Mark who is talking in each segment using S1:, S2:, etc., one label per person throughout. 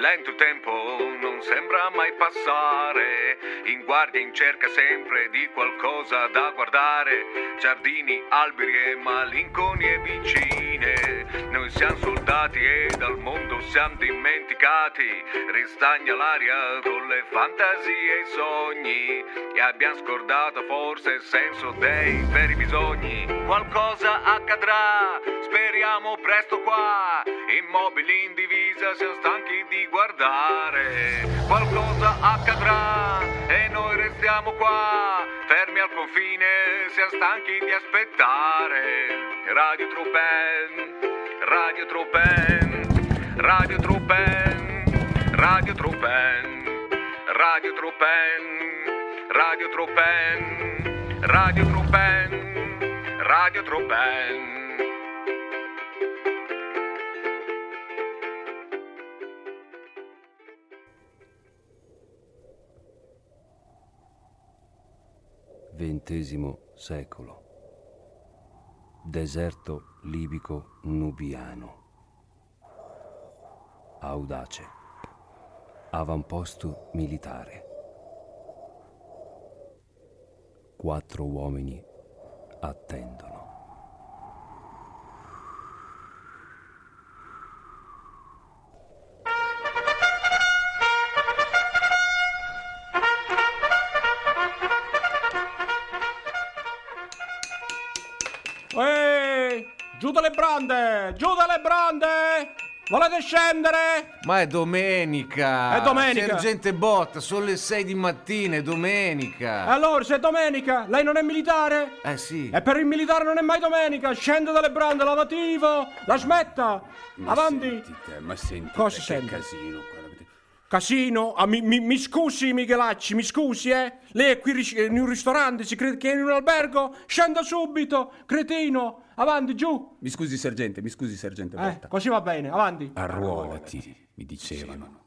S1: lento il tempo, non sembra mai passare. In guardia, in cerca sempre di qualcosa da guardare. Giardini, alberi e malinconie vicine. Noi siamo soldati e dal mondo siamo dimenticati. Ristagna l'aria con le fantasie e i sogni. E abbiamo scordato forse il senso dei veri bisogni. Qualcosa accadrà, speriamo presto qua. Immobili in divisa, siamo stanchi di guardare. Qualcosa accadrà e noi restiamo qua. Fermi al confine, siamo stanchi di aspettare. Radio Truppen, Radio Truppen, Radio Truppen, Radio Truppen, Radio Truppen, Radio Truppen, Radio Truppen, Radio Truppen.
S2: XX secolo. Deserto libico nubiano. Audace. Avamposto militare. Quattro uomini attendono.
S3: Ehi, giù dalle brande, giù dalle brande! Volete scendere?
S4: Ma è domenica!
S3: È domenica.
S4: Sergente Botta, sono le 6 di mattina, è
S5: Ah.
S4: domenica!
S3: Allora, se Eh, è domenica, lei non è militare?
S4: Eh sì!
S3: E per il militare non è mai domenica, scende dalle brande, lavativo, la smetta! Avanti!
S5: Senti te, ma senti
S3: Cosa
S5: te, che
S3: senti?
S5: casino guarda.
S3: Casino, ah, mi, mi- mi scusi Michelacci, mi scusi eh? Lei è qui ris- in un ristorante, si crede che è in un albergo? Scenda subito, cretino, avanti, giù
S5: Mi scusi sergente, mi scusi sergente
S3: Eh,
S5: Botta.
S3: così va bene, avanti
S5: Ah, Arruolati, mi dicevano.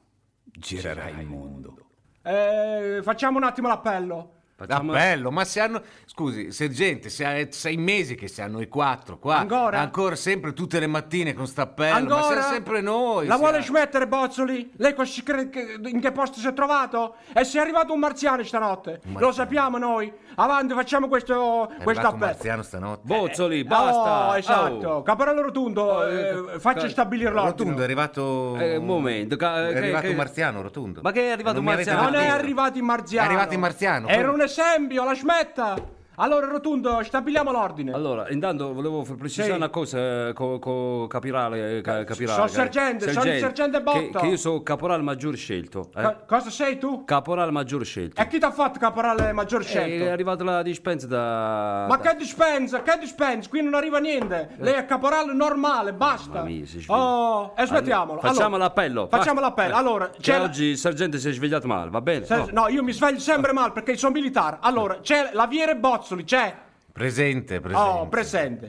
S5: Girerai il mondo.
S3: Eh, Facciamo un attimo l'appello
S4: L'appello, Ah, ma se hanno. Scusi, sergente, se è sei mesi che se hanno i quattro qua.
S3: Ancora?
S4: sempre tutte le mattine con st'appello.
S3: Ancora?
S4: Ma siamo sempre noi.
S3: La
S4: siamo.
S3: vuole smettere Bozzoli? Lei cosa ci crede che- in che posto si è trovato? E si è arrivato un marziano stanotte Lo sappiamo noi Avanti, facciamo questo,
S4: È
S3: questo
S4: arrivato un
S3: appello
S4: marziano stanotte.
S6: Bozzoli, basta!
S3: Oh, esatto
S6: Au.
S3: Caporello Rotundo, eh,
S6: ecco,
S3: faccia
S6: cal-
S3: stabilire l'ordine
S4: Oh, Rotundo è arrivato.
S6: Eh, un momento, ca-
S4: È
S6: che-
S4: arrivato
S6: che-
S4: Marziano Rotundo.
S6: Ma che è arrivato
S4: Non mi avete
S6: Marziano?
S3: Non è
S4: detto.
S3: arrivato in marziano.
S4: È arrivato in marziano.
S3: Era un esempio, la smetta. Allora, Rotundo, stabiliamo l'ordine.
S6: Allora, intanto volevo far precisare
S3: Sì.
S6: una cosa, eh, co, co- capirale, ca- capirale,
S3: sono
S6: cari-
S3: sergente, sono il sergente
S6: che-
S3: Botta.
S6: Che, io sono caporale maggior scelto. eh.
S3: Co- cosa sei tu?
S6: Caporale maggior scelto.
S3: E chi ti ha fatto caporale maggior
S6: Eh, È
S3: scelto?
S6: arrivata la dispensa da...
S3: Ma
S6: da-
S3: che dispensa, che dispensa, qui non arriva niente. Lei è caporale normale, basta.
S6: Eh. Mamma mia, si sveglia.
S3: Oh, e smettiamolo.
S6: Allora, facciamo
S3: Allora,
S6: l'appello.
S3: Facciamo
S6: basta.
S3: l'appello. Allora,
S6: Che
S3: c'è la-
S6: oggi il sergente si è svegliato male, va bene?
S3: se-
S6: Oh.
S3: No, io mi sveglio sempre male perché sono militare. Allora, c'è l'aviere Bozzoli, c'è.
S4: Presente, presente.
S3: Oh, presente.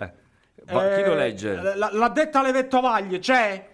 S6: Va- chi lo
S3: Eh,
S6: legge?
S3: la- L'ha detta alle vettovaglie, c'è.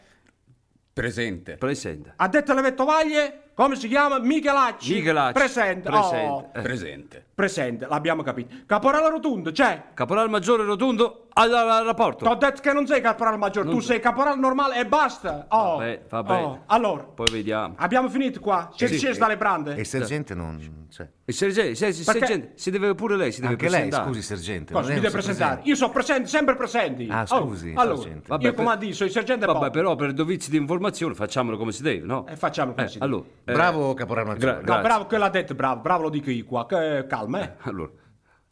S5: Presente.
S6: Presente.
S3: Ha detto alle vettovaglie, come si chiama? Michelacci.
S6: Michelacci.
S3: Presente.
S6: Presente.
S3: Oh,
S5: Presente.
S3: presente, l'abbiamo capito. Caporale Rotundo, c'è.
S6: Caporale maggiore rotondo al, al- al rapporto.
S3: Ti ho detto che non sei caporale maggiore, tu sei caporale normale e basta. Oh.
S6: Vabbè, va bene.
S3: Oh, Allora,
S6: Poi vediamo.
S3: abbiamo finito qua. C'è
S6: Sì.
S3: sì, dalle brande.
S4: E il sergente non. Cioè,
S6: Il sergente, se- se-
S3: Perché-
S6: sergente, si deve pure lei, si deve
S4: anche lei,
S6: presentare.
S4: scusi, sergente.
S3: Cosa
S4: non
S3: mi
S4: è
S3: devi
S4: un
S3: presentare?
S4: sergente.
S3: Io sono presente, sempre presente.
S4: Ah,
S3: Oh,
S4: scusi,
S3: allora,
S4: sergente.
S6: Vabbè,
S3: io
S6: per-
S3: comandi, sono il sergente
S6: Vabbè,
S3: Bob.
S6: però per dovizi di informazione facciamolo come si deve, no?
S3: E facciamo così.
S6: Eh, allora, eh,
S4: Bravo, caporale Maggiore.
S6: gra-
S3: No,
S6: grazie.
S3: bravo che l'ha detto, bravo, bravo lo dico io qua. Che calma, eh.
S6: allora,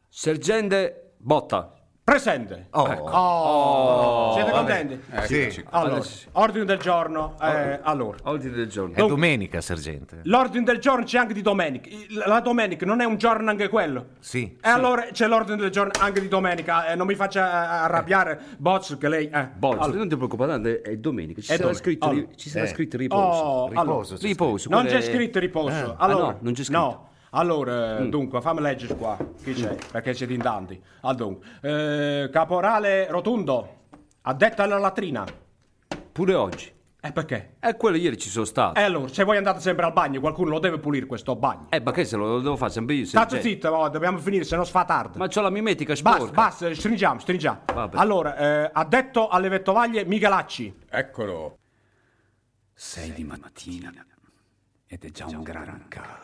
S6: sergente Botta.
S3: Presente. Ecco.
S4: Oh,
S3: Oh. Siete contenti?
S6: Eh,
S5: Eccoci. qua.
S3: Allora, ordine del giorno. eh, allora.
S6: Ordine del giorno.
S4: è domenica, sergente.
S3: L'ordine del giorno c'è anche di domenica. Il- La domenica non è un giorno anche quello?
S4: Sì.
S3: E allora c'è l'ordine del giorno anche di domenica. eh, non mi faccia eh, arrabbiare, Boz, che lei... eh.
S6: Bolla,
S3: Allora,
S6: non ti preoccupare, tanto è- Eh, è domenica, ci
S3: È
S6: sarà
S3: domenica.
S6: scritto, ri-
S3: Allora.
S6: ci sarà
S4: Eh.
S6: scritto
S3: Oh,
S6: riposo.
S3: allora,
S4: Riposo. c'è
S6: riposo.
S3: non
S6: quello
S3: c'è
S6: è-
S3: scritto riposo. Allora,
S6: Ah, no, non c'è scritto. Mm.
S3: no. Allora, eh, dunque, fammi leggere qua. Chi c'è? Perché siete in tanti. Al dunque. Eh, caporale Rotundo, addetta alla latrina.
S6: Pure oggi.
S3: E perché?
S6: E Eh, quello ieri ci sono stato.
S3: E allora, se voi andate sempre al bagno, qualcuno lo deve pulire questo bagno.
S6: Eh, ma che se lo devo fare sempre io,
S3: State
S6: sergente?
S3: zitto, oh, dobbiamo finire, se no si fa tardi.
S6: Ma c'ho la mimetica sporca.
S3: Basta, basta, stringiamo, stringiamo.
S6: Vabbè.
S3: Allora, eh, addetto alle vettovaglie Michelacci.
S5: Eccolo. Sei di mattina ed è già un gran caldo.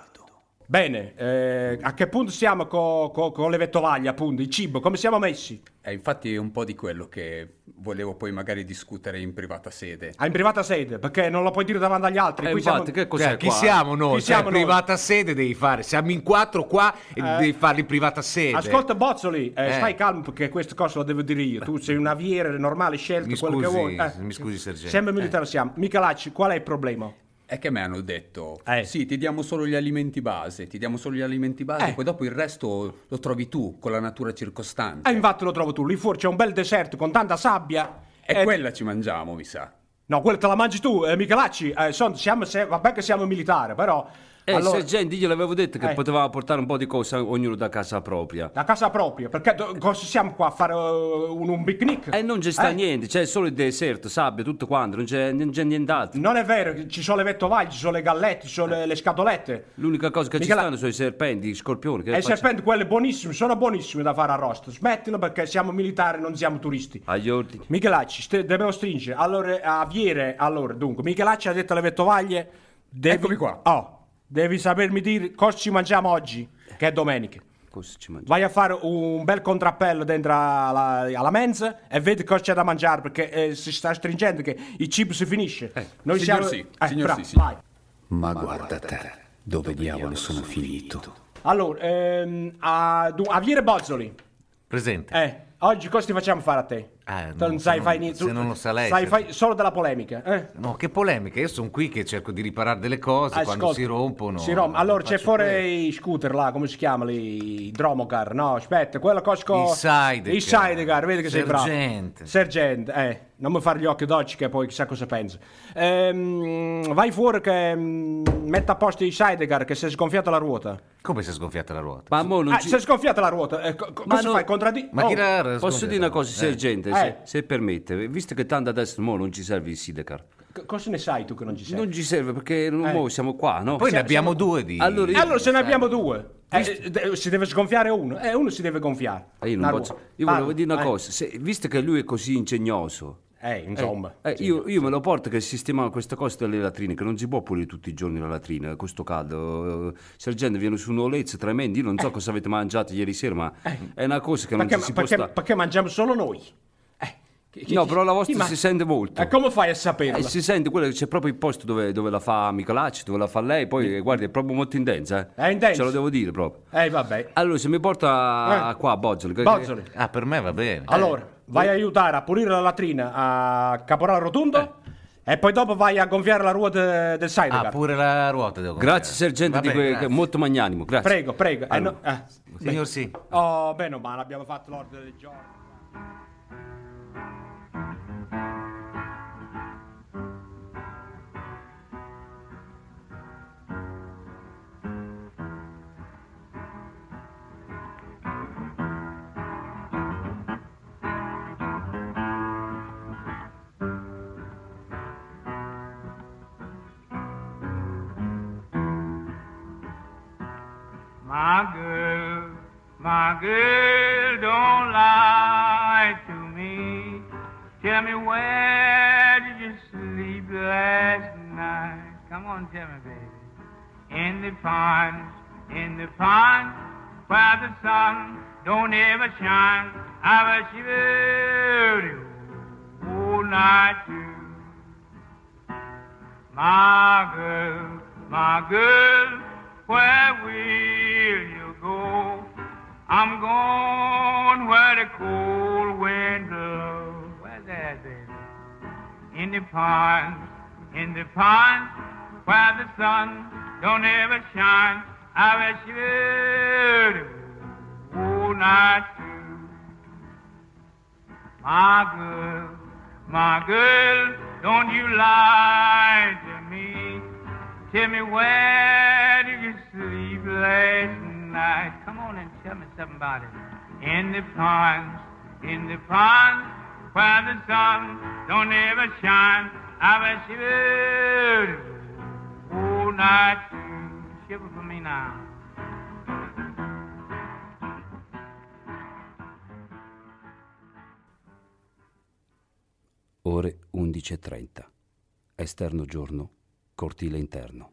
S3: Bene, eh, a che punto siamo co- co- con le vettovaglie, appunto, il cibo, come siamo messi?
S5: È Eh, infatti un po' di quello che volevo poi magari discutere in privata sede.
S3: Ah, in privata sede, perché non lo puoi dire davanti agli altri.
S6: Eh,
S3: qui
S6: infatti,
S3: siamo-
S6: che cos'è
S4: Cioè, chi
S6: qua?
S4: siamo noi?
S3: Chi
S4: Cioè,
S3: siamo noi? Eh.
S4: privata sede devi fare. Siamo in quattro qua e devi farli in privata sede.
S3: Ascolta Bozzoli, eh,
S4: Eh.
S3: stai calmo perché questa cosa la devo dire io. Tu sei un aviere normale, scelto
S4: Mi
S3: quello che
S4: scusi,
S3: vuoi. eh.
S4: mi scusi, Eh. sergente.
S3: Sempre militare siamo. Michelacci, qual è il problema?
S5: Eh, È che me hanno detto,
S3: Eh.
S5: sì, ti diamo solo gli alimenti base, ti diamo solo gli alimenti base,
S3: Eh.
S5: poi dopo il resto lo trovi tu con la natura circostante.
S3: Ah, infatti lo trovo tu, lì fuori c'è un bel deserto con tanta sabbia.
S5: E
S3: Eh,
S5: quella ci mangiamo, mi sa.
S3: No, quella te la mangi tu, eh, Michelacci. Eh, son- siamo se- vabbè che siamo militari, però...
S6: Eh,
S3: allora,
S6: sergente, io l'avevo detto che
S3: Eh.
S6: potevamo portare un po' di cose ognuno da casa propria.
S3: La casa propria, perché do- cosa siamo qua a fare eh, un, un picnic?
S6: E non c'è sta
S3: Eh?
S6: niente, c'è solo il deserto, sabbia, tutto quanto, non c'è, non c'è nient'altro.
S3: Non è vero, ci sono le vettovaglie, ci sono le gallette, ci sono le, le scatolette.
S6: L'unica cosa che
S3: Michela-
S6: ci stanno sono i serpenti, gli scorpioni. Che
S3: E i
S6: facciamo?
S3: serpenti, quelli buonissimi, sono buonissimi da fare arrosto. Smettilo perché siamo militari, non siamo turisti.
S6: Agli ordini.
S3: Michelacci, st- dobbiamo stringere. Allora, Aviere, allora, dunque, Michelacci ha detto alle vettovaglie... Devi...
S5: Eccomi qua.
S3: Oh, devi sapermi dire cosa ci mangiamo oggi, che è domenica.
S6: Cosa ci mangiamo?
S3: Vai a fare un bel contrappello dentro alla, alla mensa e vedi cosa c'è da mangiare perché eh, si sta stringendo che il cibo si finisce. Noi
S5: Eh,
S3: Eh,
S5: signor sì, signor
S3: bravo,
S5: sì, sì.
S3: vai.
S5: Ma guarda te, dove diavolo sono finito?
S3: Allora, ehm, a, du- Aviere Bozzoli,
S4: Presente.
S3: eh, oggi cosa ti facciamo fare a te?
S4: Eh,
S3: Tu
S4: non-
S3: non sai
S4: se
S3: fai
S4: non-
S3: niente.
S4: se
S3: tu-
S4: non lo sa lei,
S3: Sai
S4: se-
S3: fai solo della polemica, eh?
S4: No, che polemica. Io sono qui che cerco di riparare delle cose. quando
S3: Ascolta,
S4: si rompono.
S3: si romp- allora c'è
S4: faccio
S3: fuori
S4: quello.
S3: i scooter là, come si chiama lì? I dromocar, no? Aspetta, quello cosco.
S4: I sidecar.
S3: I sidecar, vedi che sei bravo.
S4: Sergente.
S3: Sergente, eh, non mi fare gli occhi dolci che poi chissà cosa pensi. Ehm, vai fuori che mm, metta a posto i sidecar che si è sgonfiata la ruota.
S4: Come si è sgonfiata la ruota?
S6: Ma mo non
S3: ah,
S6: ci-
S3: si è sgonfiata la ruota, eh, co- co-
S6: Ma
S3: cosa
S6: no-
S3: fai? Contraddi-
S4: Ma
S3: Oh,
S4: chi l'ha sgonfiata?
S6: Posso dire una cosa, sergente, se,
S3: Eh.
S6: se permette, visto che tanto adesso mo non ci serve il sidecar,
S3: co- cosa ne sai tu che non ci sei?
S6: non ci serve perché non
S3: Eh.
S6: mo siamo qua, no?
S4: Poi ne
S3: Siamo-
S4: abbiamo
S3: siamo-
S4: due di...
S6: Allora
S3: E
S6: io-
S3: allora se ne abbiamo due. Eh, eh, de- si deve sgonfiare uno, eh, uno si deve gonfiare.
S6: Eh, io non
S3: La
S6: posso-
S3: ruota.
S6: io
S3: Parla,
S6: volevo dire una
S3: eh.
S6: cosa, se- visto che lui è così ingegnoso,
S3: Eh, insomma.
S6: eh, io, io me lo porto che sistemano questa cosa delle latrine, che non si può pulire tutti i giorni la latrina, con sto caldo. eh, sergente, viene su un'olezza tremenda, io non
S4: Eh.
S6: so cosa avete mangiato ieri sera, ma è una cosa che
S3: Eh. perché,
S6: Eh. non ci si
S3: perché-
S6: può stare.
S3: perché mangiamo solo noi? Eh, chi- chi-
S6: No,
S3: chi-
S6: però la
S3: chi
S6: vostra
S3: ma-
S6: si sente molto.
S3: Eh, come fai a saperlo?
S6: Eh, si sente quello che c'è proprio il posto dove, dove la fa Michelacci, dove la fa lei, poi eh, guardi è proprio molto intensa. eh.
S3: È intensa.
S6: Ce lo devo dire proprio.
S3: Eh, vabbè.
S6: Allora, se mi porta
S3: Eh.
S6: qua a Bozzoli, che-
S3: Bozzoli, Eh.
S4: Ah, per me va bene. Eh,
S3: allora, vai a aiutare a pulire la latrina a Caporale Rotondo
S6: Eh.
S3: e poi dopo vai a gonfiare la ruota del sidecar.
S4: Ah, pure la ruota devo
S6: grazie sergente,
S4: Va
S6: di
S4: bene,
S6: que-
S4: grazie.
S6: che- molto magnanimo, grazie.
S3: Prego, prego. Eh, no, eh.
S4: Signor sì.
S3: Oh, bene o male, abbiamo fatto l'ordine del giorno.
S7: My girl, my girl, don't lie to me. Tell me where did you sleep last night? Come on, tell me, baby. In the pond, in the pond, where the sun don't ever shine. I wish you would all night too. My girl, my girl, where will you go? I'm going where the cold wind blows. Where's that, baby? In the pond, in the pond, where the sun don't ever shine. I wish you would all night through. My girl, my girl, don't you lie to me. Tell me where did you sleep last night? Come on and tell me something about it. In the pond, in the pond, where the sun don't ever shine. I wish you would all night. Shiver for me now.
S2: Ore 11.30. Esterno giorno cortile interno.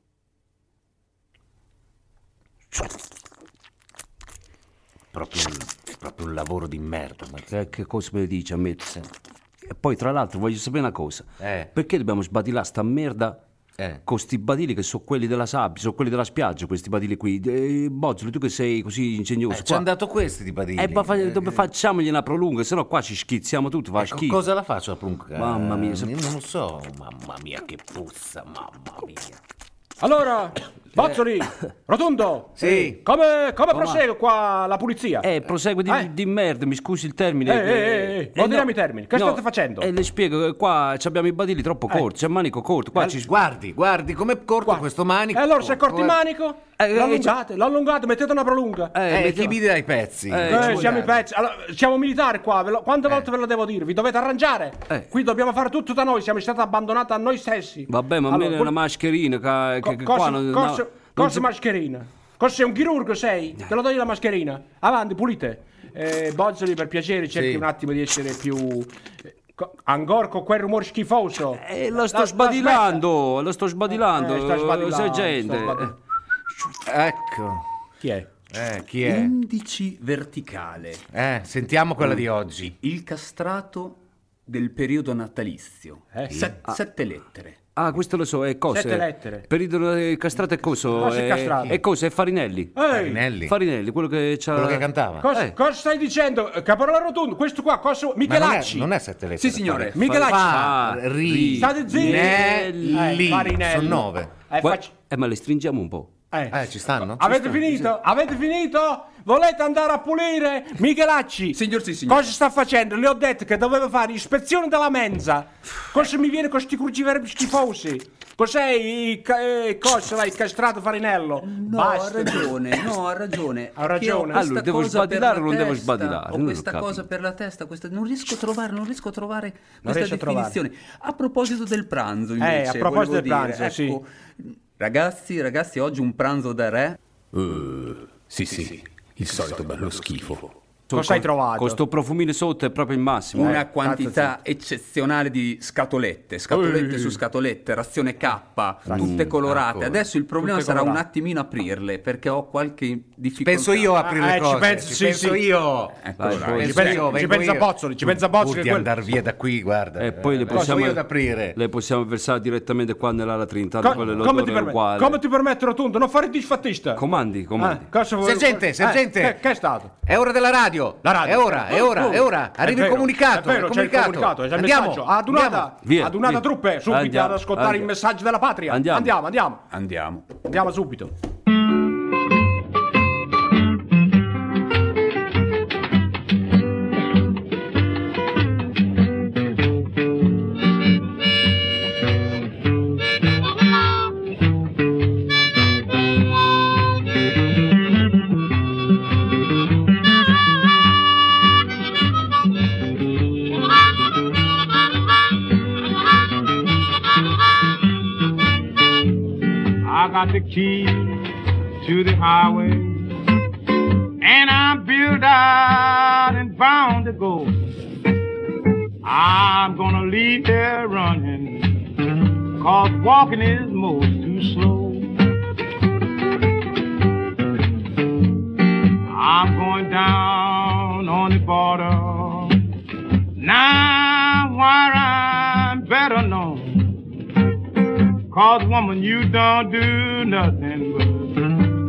S6: Proprio, un- proprio un lavoro di merda. Ma che, che cosa me ne dici a me? E poi, tra l'altro, voglio sapere una cosa.
S4: Eh.
S6: Perché dobbiamo sbadilare sta merda
S4: Eh.
S6: con sti badili che sono quelli della sabbia, sono quelli della spiaggia, questi badili qui? Eh, Bozzolo, tu che sei così ingegnoso.
S4: Eh, ci
S6: qua-
S4: hanno dato questi di badini.
S6: Eh, ma fa-
S4: Eh,
S6: dobb- facciamogli una prolunga, sennò qua ci schizziamo tutti, fa
S3: Ecco,
S4: co-
S6: schifo.
S4: cosa la faccio la prunca?
S6: Mamma mia,
S4: Eh,
S6: se-
S4: Non lo so, mamma mia che puzza, mamma mia.
S3: Allora,
S6: Eh.
S3: Bozzoli, Rotondo,
S4: Sì.
S3: come, come prosegue qua la pulizia?
S6: Eh, prosegue di,
S3: Eh.
S6: di merda, mi scusi il termine.
S3: Eh, eh, eh, eh, non diremo
S6: no,
S3: i termini, che state facendo? Eh.
S6: Eh, le spiego, che qua ci abbiamo i badili troppo corti, c'è il manico corto, qua ci...
S4: Guardi, guardi com'è corto questo manico.
S3: E Eh, allora se è corto il
S4: Guarda-
S3: manico,
S6: Eh, eh,
S3: lo allungate, lo allungate, mettete una prolunga.
S6: Eh,
S4: Eh,
S6: metti-
S4: chi mi dà i pezzi?
S6: Eh,
S3: Eh,
S6: ci vuole
S3: siamo i pezzi, allora, siamo militari qua, ve lo- quante volte ve lo devo dire? Vi dovete arrangiare.
S6: Eh.
S3: Qui dobbiamo fare tutto da noi, siamo stati abbandonati a noi stessi.
S6: Vabbè, ma
S3: Allora,
S6: almeno
S3: vol-
S6: una mascherina che, che- che
S3: Co-
S6: qua
S3: cosa-
S6: non...
S3: cosa-
S6: no, non
S3: cosa
S6: si- Eh.
S3: mascherina? Cosa sei un chirurgo sei? Te lo do io la mascherina. Avanti, pulite. Eh, Bozzoli, per piacere, cerchi
S4: Sì.
S3: un attimo di essere più... eh, co- ancora con quel rumore schifoso.
S6: Eh, lo
S3: La-
S6: sto
S3: la
S6: sbadilando, lo sto
S3: smetta.
S6: sbadilando,
S3: Eh, sta sbadillando, sta
S6: sergente.
S3: sbadillando.
S4: Ecco.
S3: Chi è?
S4: Eh, chi è?
S5: Indici verticale.
S4: Eh, sentiamo quella di oggi.
S5: Il castrato del periodo natalizio.
S3: Eh?
S5: Se- Sette lettere.
S6: Ah, questo lo so, è cosa?
S3: Sette lettere.
S6: Periodo eh, castrato è coso?
S3: Cosa è castrato?
S6: È cosa? È Farinelli.
S3: Ehi,
S4: Farinelli.
S6: Farinelli, quello che c'ha...
S4: Quello che cantava.
S3: cosa,
S6: Eh.
S3: cosa stai dicendo? Eh, Caporale Rotondo, questo qua, cosa...
S4: Ma non è,
S3: Michelacci.
S4: non è sette lettere.
S5: Sì, signore.
S4: Fa-
S3: Michelacci.
S4: fa-
S6: Fa-
S4: ri-
S3: State zitti.
S4: ne-
S3: Eh,
S4: li.
S3: Farinelli.
S4: Sono nove.
S3: Eh,
S6: Qua-
S3: facci-
S6: Eh, ma le stringiamo un po'.
S3: eh.
S4: Eh, ci stanno?
S3: Avete finito? Avete finito? Volete andare a pulire? Michelacci!
S5: Signor sì, signor.
S3: Cosa sta facendo? Le ho detto che dovevo fare ispezione della mensa. Cosa mi viene con sti cruciverbi schifosi? Cos'è i ca- eh, cosa l'hai castrato Farinello?
S5: No, ha
S3: Basta.
S5: ragione, no, ha ragione.
S3: Eh, Ha ragione.
S5: Che ho questa
S6: Allora, devo
S5: cosa per
S6: sbadilare o
S5: la
S6: non devo
S5: testa,
S6: sbadilare? Non
S5: Ho
S6: lo
S5: questa
S6: capisco.
S5: cosa per la testa, questa... non riesco a trovare, non riesco a trovare
S3: riesci
S5: questa
S3: a trovare. Eh,
S5: definizione. A proposito del pranzo, invece,
S3: a proposito
S5: volevo
S3: del
S5: dire,
S3: pranzo, sì.
S5: ecco, Ragazzi, ragazzi, oggi un pranzo da re.
S8: Eh, Sì, sì, il solito bello schifo.
S3: Cosa hai trovato?
S6: Con sto profumino sotto è proprio il massimo. eh.
S5: Una quantità eccezionale di scatolette, scatolette su scatolette, razione K, tutte colorate. Adesso il problema
S3: Tutte
S5: sarà un
S3: colorate.
S5: attimino aprirle perché ho qualche difficoltà. Ecco,
S4: Penso io a aprire
S3: Ah,
S4: le
S3: eh, ci
S4: cose.
S3: penso- sì,
S4: penso
S3: sì.
S4: io.
S5: Eccolo
S6: Vai, poi-
S5: là.
S4: Penso
S3: Ci pensa-
S4: io,
S3: ci
S4: vengo
S3: pensa
S4: io.
S3: Bozzoli, ci pensa
S4: Pur-
S3: Bozzoli
S4: pur
S3: che
S4: di
S3: quello-
S4: andare via da qui, guarda.
S6: E poi le
S4: Posso
S6: possiamo,
S4: io ad aprire.
S6: le possiamo versare direttamente qua nella latrina, tanto
S3: Co-
S6: quello
S3: come,
S6: l'odore
S3: ti
S6: è
S3: permet-
S6: uguale.
S3: come ti permetto, Rotondo? Non fare il disfattista.
S6: Comandi, comandi.
S3: Eh, cosa vuoi-
S4: Sergente,
S3: eh,
S4: sergente.
S3: che, che è stato?
S4: È ora della radio.
S3: La radio.
S4: È ora, è ora, è ora.
S3: È
S4: Arriva il
S3: vero,
S4: comunicato.
S3: È vero,
S4: il
S3: c'è il
S4: comunicato.
S3: comunicato. C'è il
S4: Andiamo.
S3: messaggio. Adunata,
S4: Andiamo.
S6: Via,
S3: adunata
S6: via.
S3: truppe, subito
S6: Andiamo,
S3: ad ascoltare il
S6: andiamo.
S3: messaggio della patria.
S6: Andiamo.
S3: andiamo. Andiamo,
S5: Andiamo.
S3: Andiamo subito.
S9: I got the key to the highway, and I'm built out and bound to go. I'm gonna leave here running, cause walking is most too slow. I'm going down on the border, now where I'm better known. Cause woman, you don't do nothing but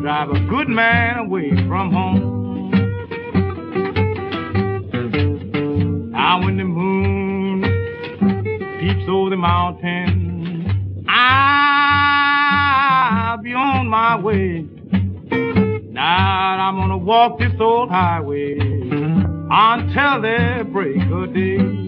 S9: drive a good man away from home. Now when the moon peeps over the mountain, I'll be on my way. Now I'm gonna walk this old highway until the break of day.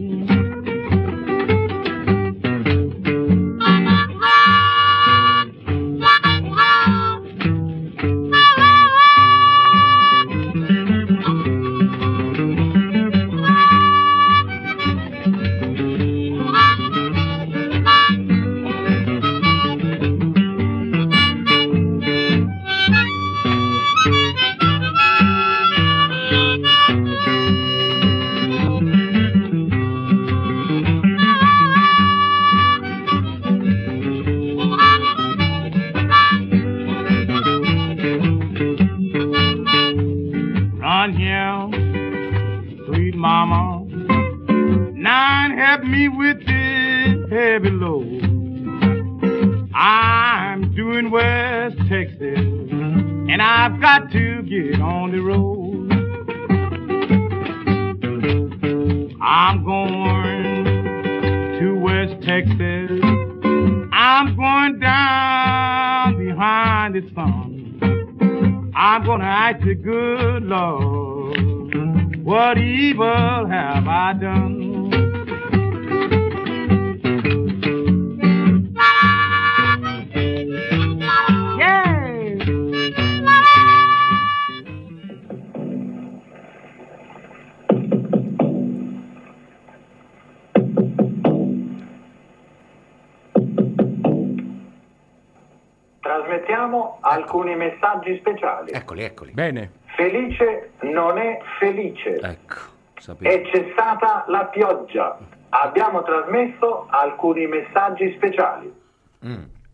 S7: help me with this heavy load. I'm doing West Texas, and I've got to get on the road. I'm going to West Texas. I'm going down behind the sun. I'm gonna ask the good Lord, what evil have I done? Yes.
S10: Trasmettiamo alcuni messaggi speciali.
S4: Eccoli, eccoli.
S3: Bene.
S10: Felice non è felice.
S6: Ecco,
S10: È
S6: sapete.
S10: cessata la pioggia. Abbiamo trasmesso alcuni messaggi speciali.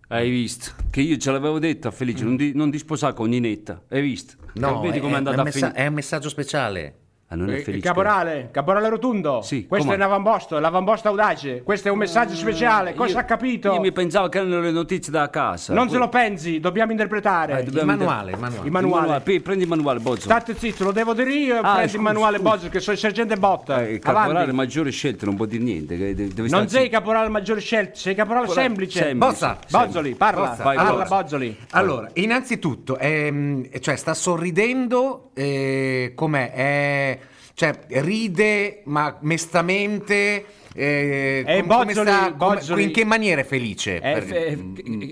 S6: Hai visto? Che io ce l'avevo detta, Felice, non, di, non di sposare con Ninetta. Hai visto? Cioè,
S11: No,
S6: vedi
S11: è,
S6: com'è andata
S11: è un
S6: a
S11: messa-
S6: finire.
S11: è un messaggio speciale.
S6: Ah, non è
S3: Eh,
S6: Felice.
S3: caporale, caporale rotondo.
S6: Sì,
S3: questo
S6: com'è?
S3: è un avamposto, è l'avamposto audace. Questo è un messaggio speciale. Cosa
S6: Io-
S3: ha capito?
S6: Io mi pensavo che erano le notizie da casa.
S3: Non se lo pensi, dobbiamo interpretare.
S6: Eh,
S3: il
S11: Il
S6: dobbiamo
S11: manuale, il manuale.
S6: Il
S3: manuale.
S6: Pe- Prendi il manuale, Bozzo.
S3: State zitto, lo devo dire io.
S6: Ah,
S3: prendi
S6: scusa,
S3: il manuale
S6: scusa.
S3: Bozzo, che sono il sergente Botta.
S6: Eh, il
S3: Avanti.
S6: caporale maggiore scelto non può dire niente. che de- deve
S3: Non
S6: stare
S3: sei
S6: zitto.
S3: caporale maggiore scelto, sei caporale semplice.
S6: Semplice.
S11: Bozza,
S3: Bozzoli, parla,
S11: Bozza,
S6: vai,
S3: parla
S6: Bozza.
S3: Bozzoli.
S4: Allora, innanzitutto, ehm, cioè, sta sorridendo, eh, com'è? Eh, cioè, ride, ma mestamente. eh,
S3: Eh,
S4: com- come
S3: Bozzoli,
S4: sta- come-
S3: Bozzoli.
S4: in che maniera è felice?
S3: Eh,
S4: Per-
S3: fe-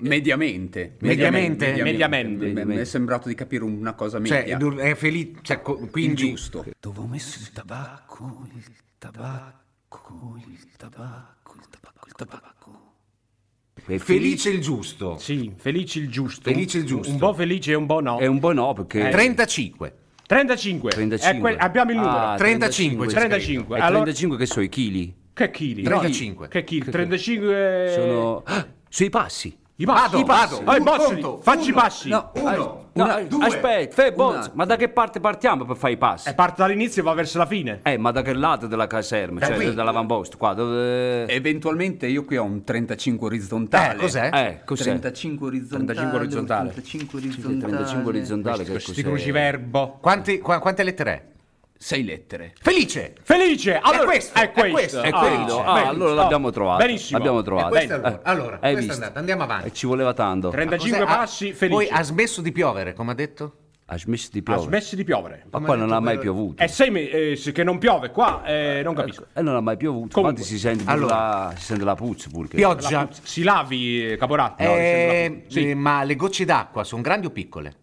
S5: Mediamente.
S4: Mediamente?
S3: Mediamente.
S5: Mi è sembrato di capire una cosa media.
S4: cioè, è dur- è felice, cioè, co- quindi...
S5: Ingiusto.
S2: Dove ho messo il tabacco? Il tabacco, il tabacco, il tabacco, il tabacco.
S6: È
S4: Felice il giusto.
S3: Sì, felice il giusto.
S4: Felice il giusto.
S3: Un po' felice e un po' no. Eh,
S6: È un po' no perché...
S4: 35.
S3: 35.
S6: 35.
S3: Eh, que- abbiamo il numero.
S6: Ah,
S4: 35.
S3: 35.
S6: E
S3: Allora,
S6: 35 che so, i chili.
S3: che chili?
S4: 35.
S3: Che chili? 35...
S6: Sono... Ah, sui passi.
S3: Eh, I passi.
S4: Vado,
S3: I passi.
S4: vado.
S3: Oh, i
S4: Un
S3: passi.
S4: conto.
S3: Facci i passi.
S5: No,
S4: Uno,
S6: No,
S4: una,
S6: eh,
S4: due.
S6: aspetta, fai Bozzo,
S5: Una.
S6: ma da che parte partiamo per fare i passi?
S3: Eh, parte dall'inizio e va verso la fine.
S6: Eh, ma da che lato della caserma?
S4: Da
S6: cioè,
S4: qui.
S6: dall'avamposto, qua, dove...
S5: Eventualmente io qui ho un 35 orizzontale.
S4: Eh, cos'è?
S6: Eh, cos'è?
S5: 35 orizzontale.
S6: 35 orizzontale.
S5: 35
S6: Sì, 35 orizzontale, che
S3: Sti
S6: cos'è?
S3: cruciverbo.
S4: Quanti- qua- quante lettere?
S5: Sei lettere.
S4: Felice!
S3: Felice. Allora,
S4: questo,
S3: È
S4: è
S3: questo.
S4: questo, è
S6: È
S3: Ah,
S6: quello, ah,
S3: benissimo.
S6: allora l'abbiamo trovato.
S3: Benissimo.
S6: L'abbiamo
S4: E
S6: trovato.
S4: questo è
S6: Eh,
S4: il volo. allora,
S6: hai
S4: questo è
S6: visto?
S4: andato, andiamo avanti.
S6: E ci voleva tanto.
S3: 35
S4: Cos'è? Ah,
S3: passi,
S4: Poi
S3: felice.
S4: ha smesso di piovere, come ha detto?
S6: Ha smesso di
S3: Ha
S6: piovere.
S3: smesso di piovere.
S6: Ma
S4: Come
S6: qua
S4: ha
S6: non
S4: detto
S6: ha mai
S4: quello-
S3: È
S6: piovuto.
S3: Eh, sei mesi che non piove qua, eh, non capisco.
S6: E non ha mai piovuto.
S3: Comunque.
S6: Quanti si sente, pure
S4: Allora.
S6: la, si sente la puzza pure che-
S3: La
S4: Pioggia.
S3: puzza- Si lavi, eh, caporale.
S4: Eh,
S3: No, mi sembra- sì.
S4: eh, Ma le gocce d'acqua sono grandi o piccole?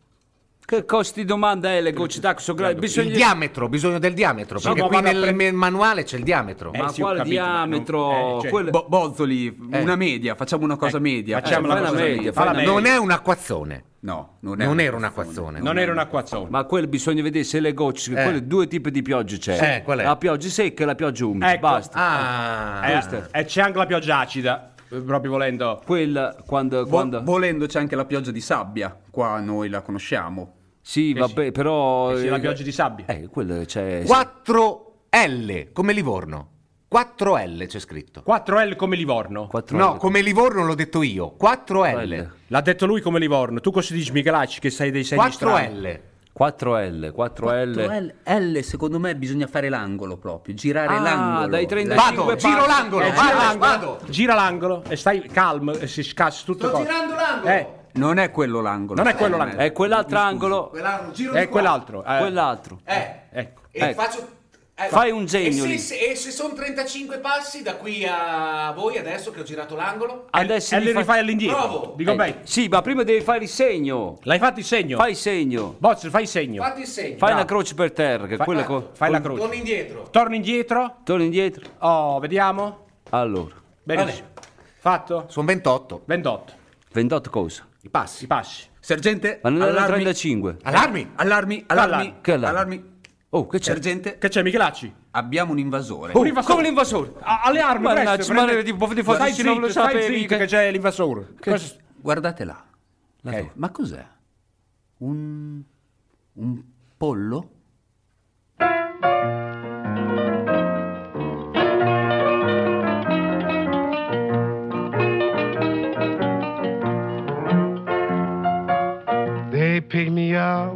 S6: Che costi domanda è le gocce d'acqua sono grandi?
S4: Il
S6: Bisogna... Diciamo
S4: diametro, bisogno del diametro, perché
S3: ma
S4: qui
S3: vado a
S4: nel
S3: pre-
S4: manuale c'è il diametro.
S3: Eh,
S6: Certo. Ma
S3: sì, ho
S6: quale
S3: capito, ma non-
S6: diametro? Eh.
S3: eh, cioè,
S6: Quello-
S5: Bo- Bozzoli, una media, facciamo una cosa
S3: Eh,
S5: media.
S3: facciamo
S5: Eh,
S3: una
S5: fai
S6: cosa media, fai
S3: una
S4: non è un acquazzone.
S5: No, non, è
S4: Non
S5: una
S4: era un
S5: persona.
S4: acquazzone.
S3: Non era un acquazzone.
S6: Ma quel bisogna vedere se le gocce, quelle due tipi di pioggia c'è.
S4: Eh, qual è?
S6: La pioggia secca e la pioggia umida,
S3: Ecco.
S6: basta.
S4: Ah,
S3: Eh, e c'è anche la pioggia acida, eh, proprio volendo.
S6: Quella quando,
S5: Vo-
S6: quando-
S5: volendo c'è anche la pioggia di sabbia, qua noi la conosciamo.
S6: Sì, vabbè, però
S3: Eh sì, la
S6: eh,
S3: pioggia di sabbia.
S6: Eh, quello c'è
S4: 4L, come Livorno. 4L c'è scritto.
S3: 4L come Livorno.
S6: 4
S4: No, come Livorno l'ho detto io. 4L.
S3: L'ha detto lui come Livorno. Tu cosa dici, Michelacci, che sei dei segni strani?
S4: 4L.
S6: 4L, 4L.
S5: L, L, secondo me bisogna fare l'angolo proprio, girare
S6: Ah,
S5: l'angolo.
S6: dai 35
S4: Vado, giro
S6: passi.
S4: l'angolo,
S3: Eh, gira
S4: vado,
S3: l'angolo,
S4: vado.
S3: gira l'angolo e stai calmo e si scassi tutto
S4: Sto
S3: cose.
S4: girando l'angolo.
S3: Eh,
S5: Non è quello l'angolo.
S3: Non è
S5: sai,
S3: quello
S5: non
S3: l'angolo.
S6: È quell'altro
S3: Eh.
S6: angolo,
S4: Quell'angolo, giro
S3: è
S4: di qua.
S3: quell'altro. eh.
S6: quell'altro.
S4: Eh.
S3: Ecco.
S4: E
S6: Ecco.
S4: faccio... eh,
S6: Fai un segno
S4: E
S6: lì.
S4: se, e se sono 35 passi da qui a voi adesso che ho girato l'angolo?
S6: Adesso
S3: e
S6: li
S3: li
S6: fa-
S3: rifai all'indietro.
S4: Bravo.
S3: Dico
S6: Eh,
S3: bene.
S6: Sì, ma prima devi fare il segno.
S3: L'hai fatto il segno?
S6: Fai il segno.
S3: Bozzo, fai il segno.
S4: Fatti il segno.
S6: Fai la croce per terra, che
S3: Fai-
S6: quella co-
S3: fai la
S4: Torni
S3: croce.
S4: indietro.
S3: Torni indietro.
S6: Torna indietro.
S3: Oh, vediamo.
S6: Allora,
S3: Benissimo. Fatto?
S4: Sono 28.
S3: 28.
S6: 28 cosa?
S4: I passi.
S3: I passi.
S5: Sergente,
S6: Ma non era
S5: allarmi,
S6: 35.
S4: Allarmi.
S5: allarmi, allarmi,
S6: Che allarmi?
S5: allarmi.
S6: Oh, che c'è?
S5: Sergente,
S3: Che c'è, Michelacci?
S5: abbiamo un invasore.
S6: Oh, come l'invasore?
S3: A- alle armi,
S6: Mannaggia,
S3: presto,
S6: ma
S3: prende-
S6: era tipo di
S3: Stai
S6: fotocino, non lo
S3: zitto, stai
S6: sapevi
S3: zitto
S6: che-
S3: che c'è l'invasore. Questo-
S5: Guardate là.
S6: La
S5: Eh,
S6: do-
S5: Ma cos'è? Un... un pollo?
S7: Thank
S12: pick me up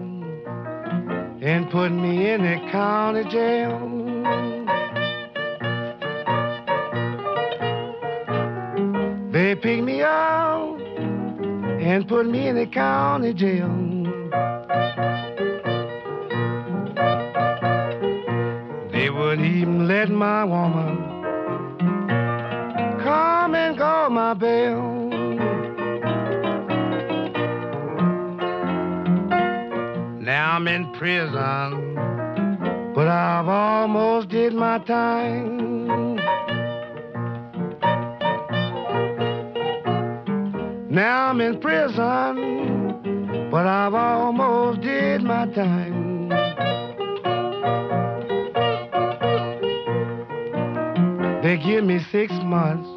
S12: and put me in the county jail. They picked me up and put me in the county jail. They wouldn't even let my woman come and call my bell. Now I'm in prison, but I've almost did my time. Now I'm in prison, but I've almost did my time. They give me six months,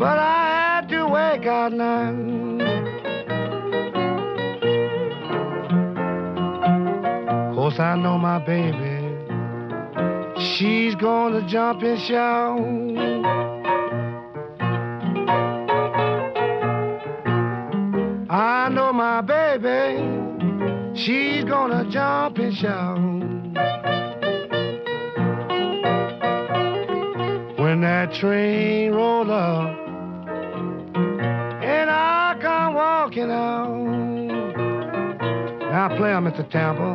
S12: but I had to wake out nine. Course I know my baby, she's gonna jump and shout. I know my baby, she's gonna jump and shout. When that train roll up and I come walking out, now play 'em at the temple.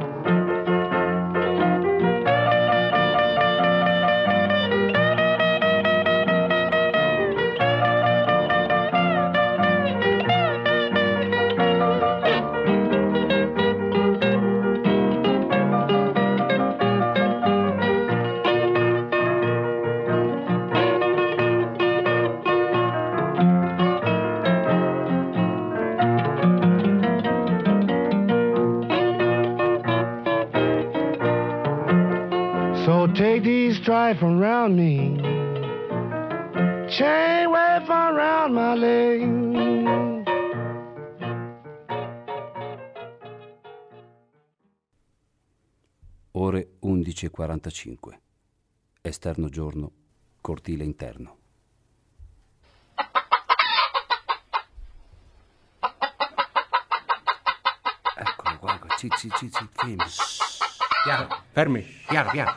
S12: So take these strife from round me, chain way from round my leg.
S6: Ore 11.45. Esterno giorno, cortile interno. Eccolo qua, ecco. ci, ci, ci, ci, fermi.
S4: Chiaro,
S3: Fermi.
S4: chiaro, chiaro.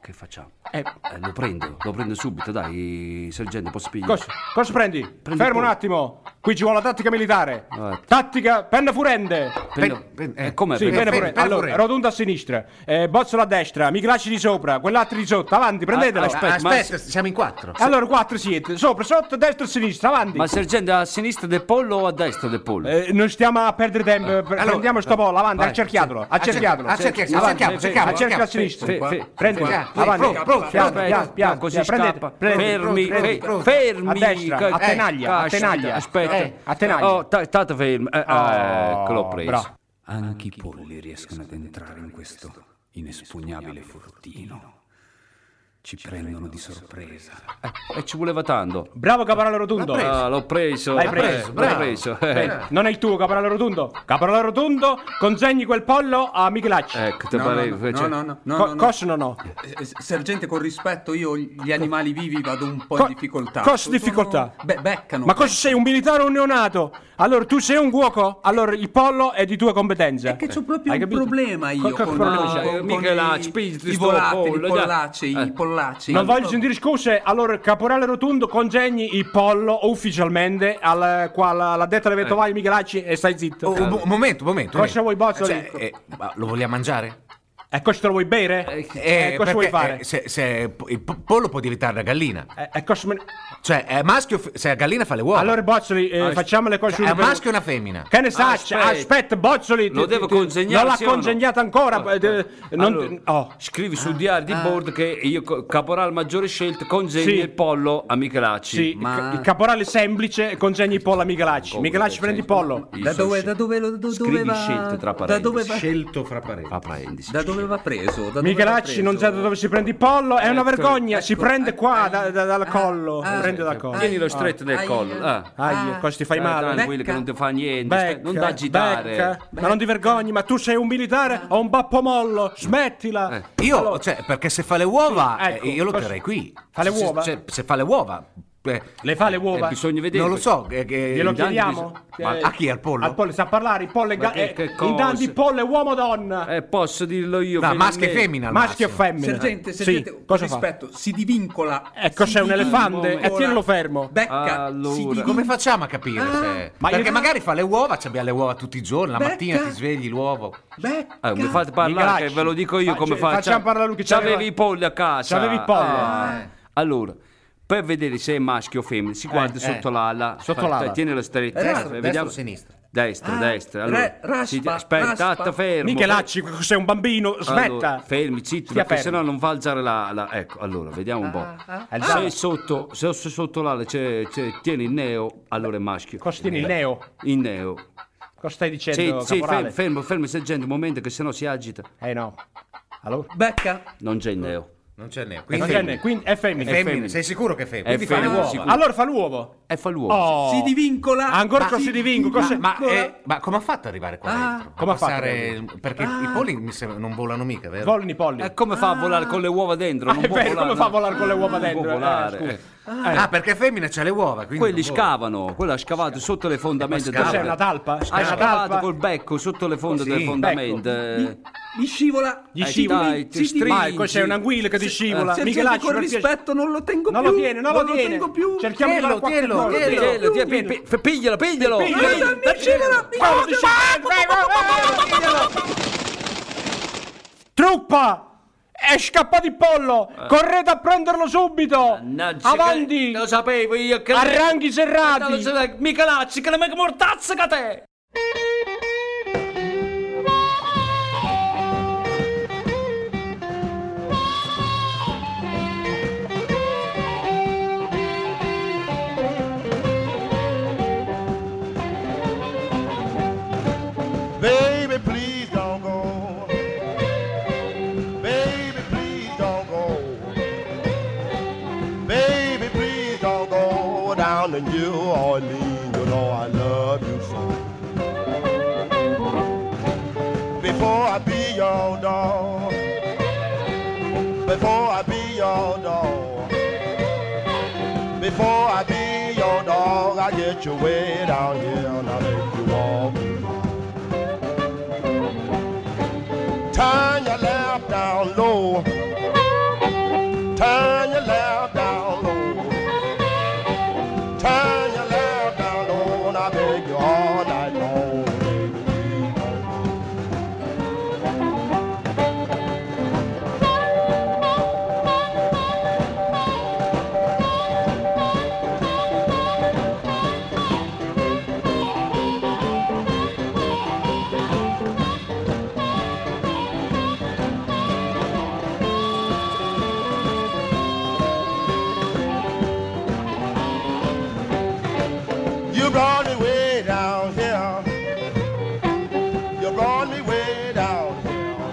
S6: Che facciamo?
S3: Eh,
S6: Eh, lo prendo, lo prendo subito, dai, sergente, posso pigliare?
S3: cosa, cosa prendi?
S6: Prendi
S3: Fermo
S6: pure.
S3: un attimo. Qui ci vuole la tattica militare.
S6: Ah.
S3: Tattica penna furente.
S6: Prendo-
S4: Pen- pen-
S6: eh, come?
S3: Sì, bene
S6: prendo-
S4: per-
S3: pure.
S4: per-
S3: Allora,
S4: per-
S3: rotonda a sinistra, eh, bozzola a destra, Miclacci di sopra, quell'altro di sotto, avanti, prendetela.
S6: Ah,
S4: Aspetta,
S6: Aspetta, ma-
S4: siamo in quattro.
S3: Allora, quattro siete, sopra, sotto, destra e sinistra, avanti.
S6: Ma sergente, a sinistra del pollo o a destra del pollo?
S3: Eh, non stiamo a perdere tempo, eh, per-
S4: allora,
S3: prendiamo sto pollo, avanti,
S4: vai.
S3: accerchiatelo, accerchiatelo.
S4: Accer- accerchiamo,
S3: Avanti,
S4: accerchiamo, accerchiamo,
S3: Accerchia a
S4: accerchiamo.
S3: sinistra.
S6: Fe- fe-
S3: Prendi,
S4: fe-
S3: avanti,
S4: fe-
S3: aspetta,
S4: pronto, pronto,
S3: piano,
S6: aspetta,
S3: piano, piano,
S6: così
S3: piano, prendete,
S6: scappa.
S3: prendete.
S6: fermi,
S4: pronto,
S6: fe-
S4: pronto.
S6: fermi.
S3: A destra,
S6: ca-
S3: a tenaglia, a
S6: cazzo,
S3: tenaglia.
S6: Aspetta,
S3: Eh, a tenaglia.
S6: Oh, ta- tanto fermo. Eh,
S3: Oh,
S6: ecco, l'ho preso.
S3: bravo.
S13: Anche i polli riescono ad entrare in questo inespugnabile fortino. Ci prendono di sorpresa.
S6: Eh, e ci voleva tanto.
S3: Bravo caporale rotondo.
S6: Ah, l'ho preso.
S3: L'hai
S6: eh,
S3: preso,
S6: l'ho
S4: bravo.
S6: preso. Eh.
S3: Bene, Non è il tuo caporale rotondo. Caporale rotondo, consegni quel pollo a Michelacci.
S6: Ecco, te
S5: No,
S6: pare
S5: no, no,
S6: che
S5: no,
S6: c'è-
S5: no, no, no,
S3: Co-
S5: no, no.
S3: Coscio no, no.
S5: Eh, s- Sergente, con rispetto, io gli animali vivi vado un po'
S3: Co-
S5: in difficoltà.
S3: cos
S5: Sono-
S3: difficoltà?
S5: Beh, beccano.
S3: Ma cosa sei, un militare o un neonato? Allora, tu sei un cuoco? Allora, il pollo è di tua competenza.
S5: È che c'ho proprio
S3: Hai
S5: un
S3: capito?
S5: problema Eh, io
S3: Co- co-
S5: con,
S3: problema
S5: con-
S6: c'hai?
S5: con
S6: Mica la-
S5: i,
S6: spingi
S5: i
S6: sto
S5: volatti, i
S6: pollo,
S5: pollacei,
S6: dai.
S5: i pollacei.
S3: Non voglio sentire scuse, allora Caporale Rotondo congegni il pollo ufficialmente al, qua, alla, alla detta dei vettovai Michelacci e stai zitto.
S4: Oh, un mo- momento, momento.
S3: Cosa
S4: momento.
S3: vuoi, Bozzo,
S4: Cioè,
S3: lì?
S4: eh, ma lo vogliamo mangiare?
S3: E cosa te lo vuoi bere?
S4: Eh,
S3: e cosa
S4: perché,
S3: vuoi fare?
S4: eh, se, se- po- il po- pollo può diventare una gallina.
S3: Eh, e cosa me ne-
S4: Cioè, è maschio, f- se è gallina fa le uova.
S3: Allora Bozzoli, eh, facciamo le cose
S4: Cioè, è
S3: una
S4: un
S3: per-
S4: maschio e una femmina.
S3: Che ne sa? Aspetta,
S6: Aspetta.
S3: Bozzoli. ti-
S6: Lo devo
S3: ti-
S6: consegnare,
S3: Non
S6: sì
S3: l'ha
S6: o no?
S3: congegnato ancora.
S6: Oh,
S3: eh, eh, non-
S6: Allora,
S3: oh.
S6: Scrivi sul diario di bordo che io, co- caporal maggiore scelto, consegni
S3: Sì.
S6: il pollo a Michelacci.
S3: Sì,
S5: ma-
S3: il ca- il caporale semplice consegni il pollo a Michelacci. Michelacci prendi il pollo.
S5: Da dove, da dove, lo- da dove
S6: Scrivi
S5: va?
S6: scelte tra
S5: da dove
S6: parentesi.
S5: va?
S4: Scelto fra parenti.
S6: Fa parentesi.
S5: Da dove va preso? Da dove
S3: Michelacci
S5: va
S3: non sa
S5: preso?
S3: da dove si prende il pollo, è una
S5: Ecco,
S3: vergogna, si
S5: ecco,
S3: prende
S5: ecco,
S3: qua
S5: ah,
S3: da- da- dal
S5: ah,
S3: collo,
S5: ah,
S3: prende dal collo.
S6: Ecco, Tienilo stretto nel
S5: Aia.
S6: collo. Ah.
S3: Aia,
S5: Ah.
S3: cosa ti fai
S6: Dai,
S3: male?
S6: tranquillo che non ti fa niente. stai- non
S3: Becca,
S6: da agitare. Eh,
S3: becca. Ma non ti vergogni, ma tu sei un
S5: Ah.
S3: militare o un bappomollo, smettila.
S4: Io, cioè, perché se fa le uova,
S3: Sì, ecco,
S4: eh, io lo
S3: cosa-
S4: terrei qui.
S3: Fa le
S4: Se- se-
S3: uova?
S4: cioè, Se, fa le uova,
S3: Le fa le uova?
S6: Eh, bisogna vedere.
S4: Non lo so. eh, che-
S3: Glielo
S4: intanto
S3: chiediamo?
S4: bisogna- Ma
S3: Eh,
S4: a chi? Al pollo?
S3: Al pollo sa parlare, il pollo è
S6: Ma
S3: ga-
S6: che-
S3: eh,
S6: che cosa?
S3: intanto il pollo è uomo o donna?
S6: Eh, posso dirlo io.
S4: No,
S6: femmine-
S4: maschio e femmina. al
S3: Maschio e
S4: massimo.
S3: femmina.
S5: Sergente,
S3: Sì,
S5: sergente, con
S3: cosa fa?
S5: rispetto, si divincola.
S3: Ecco,
S5: si
S3: c'è un elefante
S5: divincola,
S3: e tienilo fermo.
S5: Becca,
S6: Allora.
S5: si divincola.
S4: Come facciamo a capire?
S5: Ah.
S4: se-
S3: ma io
S4: Perché
S3: no-
S4: magari fa le uova, ci abbiamo le uova tutti i giorni, la
S5: Becca.
S4: mattina ti svegli l'uovo.
S5: Becca.
S6: Eh, mi fate parlare,
S3: Michelacci.
S6: che ve lo dico io
S3: Facci-
S6: come faccio.
S3: facciamo parlare lui che
S6: C'avevi
S3: c'aveva-
S6: i polli a casa.
S3: c'avevi il pollo.
S5: Ah,
S6: Eh. Allora, per vedere se è maschio o femmina, si
S5: Eh,
S6: guarda sotto l'ala.
S3: Sotto
S6: Fa-
S3: l'ala.
S6: Tienilo stretta.
S4: Destra,
S6: eh,
S4: destra
S6: vediamo-
S4: o sinistra?
S6: Destra,
S5: Ah,
S6: destra. Allora,
S5: re- raspa,
S6: si- aspetta,
S5: raspa.
S6: fermo.
S3: Michelacci, sei un bambino,
S6: Allora,
S3: smetta.
S6: fermi, zitto,
S3: Stia fermo.
S6: perché sennò non va a alzare l'ala. Ecco, allora, vediamo un po'. Se, è sotto, se è sotto l'ala c'è, c'è- tieni il neo, allora è maschio. Eh,
S3: Costini, il neo.
S6: Il neo.
S3: Cosa stai
S6: Sì,
S3: dicendo,
S6: sì, fermo,
S3: caporale?
S6: fermo, fermo, sergente, un momento che sennò si agita.
S3: Eh no. Allora?
S5: Becca.
S6: Non c'è il neo.
S4: Non c'è ne.
S3: Eh, Non
S4: Quindi
S3: c'è ne- quindi è femmina.
S4: femmina.
S6: femmina.
S4: Sei sicuro che è femmina? Quindi fa le
S6: femmina,
S4: uova.
S6: sicuro.
S3: Allora fa l'uovo.
S6: E Eh, fa l'uovo.
S3: Oh.
S5: Si divincola.
S3: Ancora
S5: Ma-
S3: cosa si divinco? Cosa-
S4: Ma, eh, ma come ha fatto ad arrivare qua
S5: Ah.
S4: dentro? A
S3: Come ha fatto ad
S4: passare- Perché i polli mi sembra non volano mica, vero?
S3: Volano i polli.
S6: E Eh, come fa a volare con le uova dentro?
S3: Ah,
S6: non
S3: è
S6: può
S3: vero,
S6: volare,
S3: come fa a
S6: no.
S3: volare con le uova
S6: Non può
S3: dentro? Eh,
S6: volare.
S3: scusa.
S6: Eh.
S4: Ah, perché femmina c'ha le uova. quindi
S6: Quelli
S4: non volano.
S6: scavano, quello ha scavato sotto le fondamenta.
S4: scava.
S6: delle-
S3: Cos'è una talpa? È
S6: Ha
S3: una talpa?
S6: scavato Ah, col becco sotto le fonda
S4: Sì,
S6: delle
S4: becco.
S6: fondamenta. eh.
S5: Gli scivola.
S3: Gli
S6: Eh,
S3: scivola.
S6: dai, ti
S5: si
S6: stringi.
S3: Marco, c'è un'anguilla che ti scivola.
S5: Sergente,
S3: Michelacci,
S5: eh, con
S3: per piacere.
S5: rispetto, non lo tengo
S3: Non
S5: più.
S3: lo tiene, non lo tiene.
S5: tengo più.
S3: Cerchiamo di
S4: Tienilo,
S3: fare qualche
S4: tienilo,
S3: cosa.
S4: tienilo.
S3: Tienilo.
S6: Tienilo, tiè, pi- pi- piglialo, piglialo.
S3: Piglialo.
S5: Ah, dai, mi scivola, mi
S3: Paolo, ti
S5: scivola.
S3: scivola. Vai, vai, vai, Truppa! È scappato il pollo! Correte a prenderlo subito!
S6: Eh. Mannaggia,
S3: Avanti!
S6: che- Lo sapevo io che...
S3: Arranghi serrati.
S6: Eh, lo sapevo, Michelacci, che la mega mortazza che te!
S11: Baby, please don't go. Baby, please don't go. Baby, please don't go down to New Orleans. You know I love you so. Before I be your dog. Before I be your dog. Before I be your dog, I get you way down here and I make you walk. Turn your lamp down low. Turn your lamp down low. Turn your lamp down low, and I beg you all night long. You brought me way down here. You brought me way down here.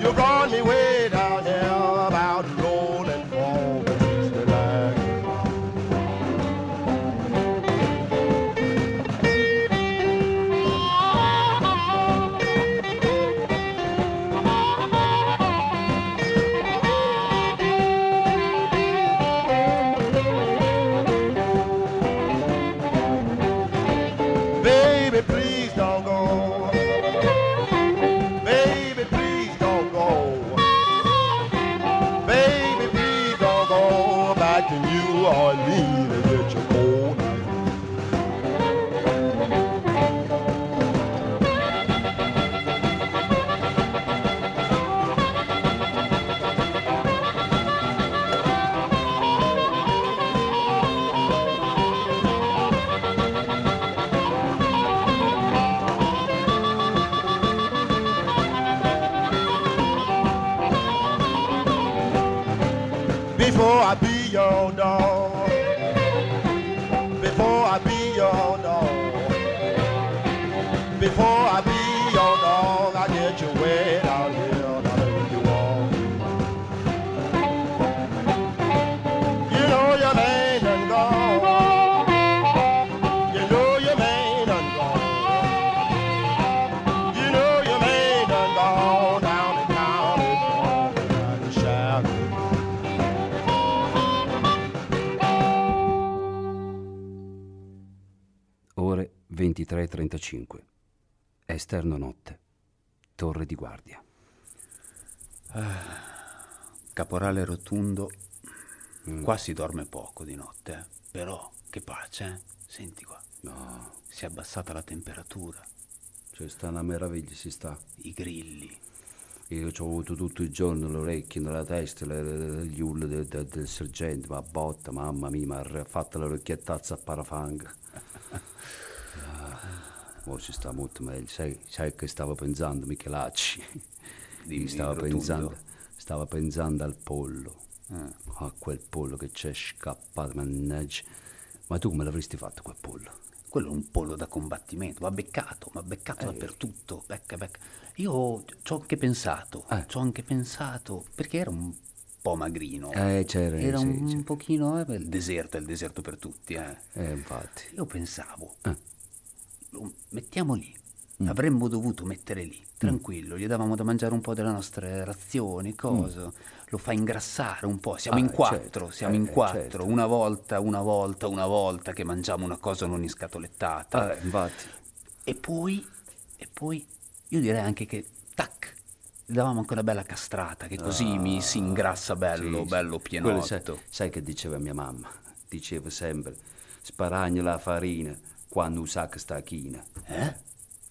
S11: You brought me way down here about rolling fall. but it's the line. Baby, please don't go. Baby, please don't go. Baby, please don't go back to New Orleans and get your cold. Before I be your dog. Before I be your dog. Before I be your dog, I get you wet out here. and I make you walk. You know your man done gone. You know your man done gone. You know your man done gone down and down and down and down the shadow.
S2: 23.35. Esterno notte. Torre di guardia. Ah,
S14: Caporale Rotundo,
S2: Mm.
S14: qua si dorme poco di notte, eh. però che pace, eh? senti qua. No. Si è abbassata la temperatura.
S2: Cioè, sta una meraviglia, si sta.
S14: I grilli.
S2: Io ci ho avuto tutto il giorno le orecchie nella testa, le- le- gli urli de- de- del sergente, ma botta, mamma mia, mi ha re- fatto l'orecchiettazza a parafanga. Ah, ora si sta molto meglio. Sai, sai che stavo pensando, Michelacci? Io stavo
S14: rotondo.
S2: pensando, stavo pensando al pollo, a quel pollo che c'è scappato, mannaggia. Ma tu come l'avresti fatto quel pollo?
S14: Quello è un pollo da combattimento, va beccato, ma
S2: Eh.
S14: beccato dappertutto, becca, becca. Io ci ho anche pensato,
S2: Eh.
S14: ci ho anche pensato, perché era un po' magrino.
S2: Eh, c'era,
S14: Era
S2: sì,
S14: un
S2: c'era.
S14: pochino, eh, beh, il deserto è il deserto per tutti, eh.
S2: Eh, infatti. Eh.
S14: Io pensavo, lo mettiamo lì.
S2: Mm.
S14: Avremmo dovuto mettere lì, tranquillo, gli davamo da mangiare un po' delle nostre razioni, cosa, lo fa ingrassare un po', siamo
S2: Mm. Ah,
S14: in quattro,
S2: certo,
S14: siamo
S2: eh,
S14: in
S2: eh,
S14: quattro,
S2: certo.
S14: una volta, una volta, una volta che mangiamo una cosa non inscatolettata.
S2: Eh, infatti.
S14: E poi, e poi, io direi anche che, tac, gli davamo anche una bella castrata, che così
S2: Ah.
S14: mi si ingrassa bello,
S2: Sì, sì.
S14: bello
S2: Quello
S14: pienotto.
S2: sai, sai che diceva mia mamma? Diceva sempre, sparagna la farina quando un sacco sta china.
S14: Eh?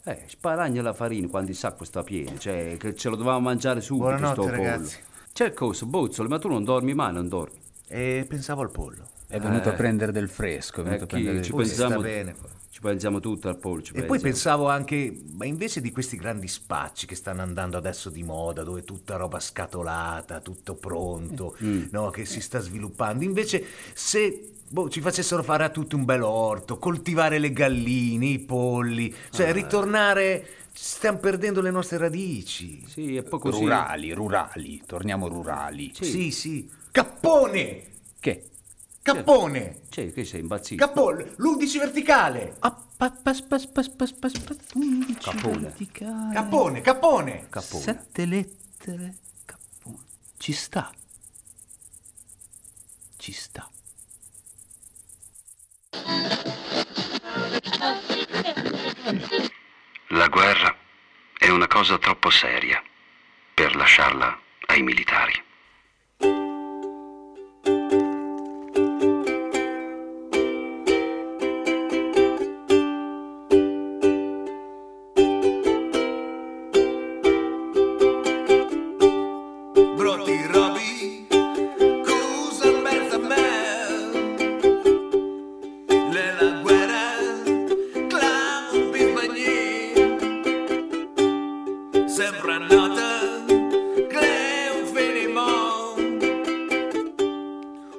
S2: Eh, sparagna la farina quando il sacco sta pieno, cioè che ce lo dovevamo mangiare subito
S4: Buonanotte,
S2: sto pollo.
S4: ragazzi.
S2: C'è cosa, Bozzoli, ma tu non dormi mai, non dormi.
S4: E pensavo al pollo.
S14: È venuto a prendere del fresco, è venuto a
S2: eh, chi-
S14: prendere del
S2: ci
S4: fresco.
S2: pensiamo,
S4: Poi si sta bene, poi.
S2: Ci pensiamo tutto al pollo, ci
S4: E poi pensavo anche, ma invece di questi grandi spacci che stanno andando adesso di moda, dove tutta roba scatolata, tutto pronto, no, che si sta sviluppando, invece se boh, ci facessero fare a tutti un bel orto, coltivare le galline, i polli, cioè ritornare, stiamo perdendo le nostre radici.
S2: Sì, e poi
S14: Rurali, rurali, torniamo rurali.
S4: Sì, sì. Cappone!
S2: Che?
S4: Cappone!
S2: Cioè, che sei imbazzito?
S4: Cappone, l'11 verticale!
S2: Capone.
S4: Cappone, cappone!
S2: Capone.
S14: Sette lettere, cappone. Ci sta. Ci sta.
S15: La guerra è una cosa troppo seria per lasciarla ai militari.
S16: Brotti Robi, Cusa in mezzo a me. Nella guerra, clamo Bisbagni. Sembra nata, Cleo Filimon.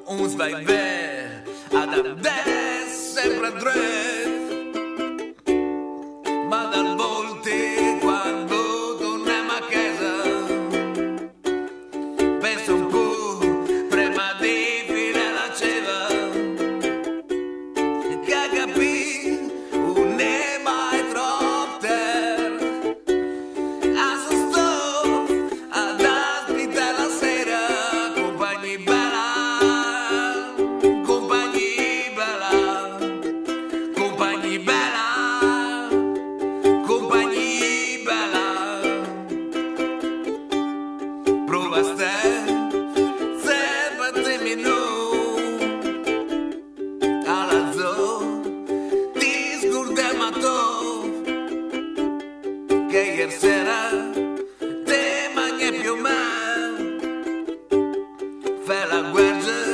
S16: Un svaivè, ad Abdè, sempre a dret. Ma dal volte, quando torniamo a casa, penso un po' prima di finire la cena che capì un ne mai troppo ter assustò ad aspettare la sera compagni bella compagni bella compagni bella compagni bella provaste Sepatemi nu Alazzo Ti scurdem Che ieri sera Te mangi più me Fai la guerra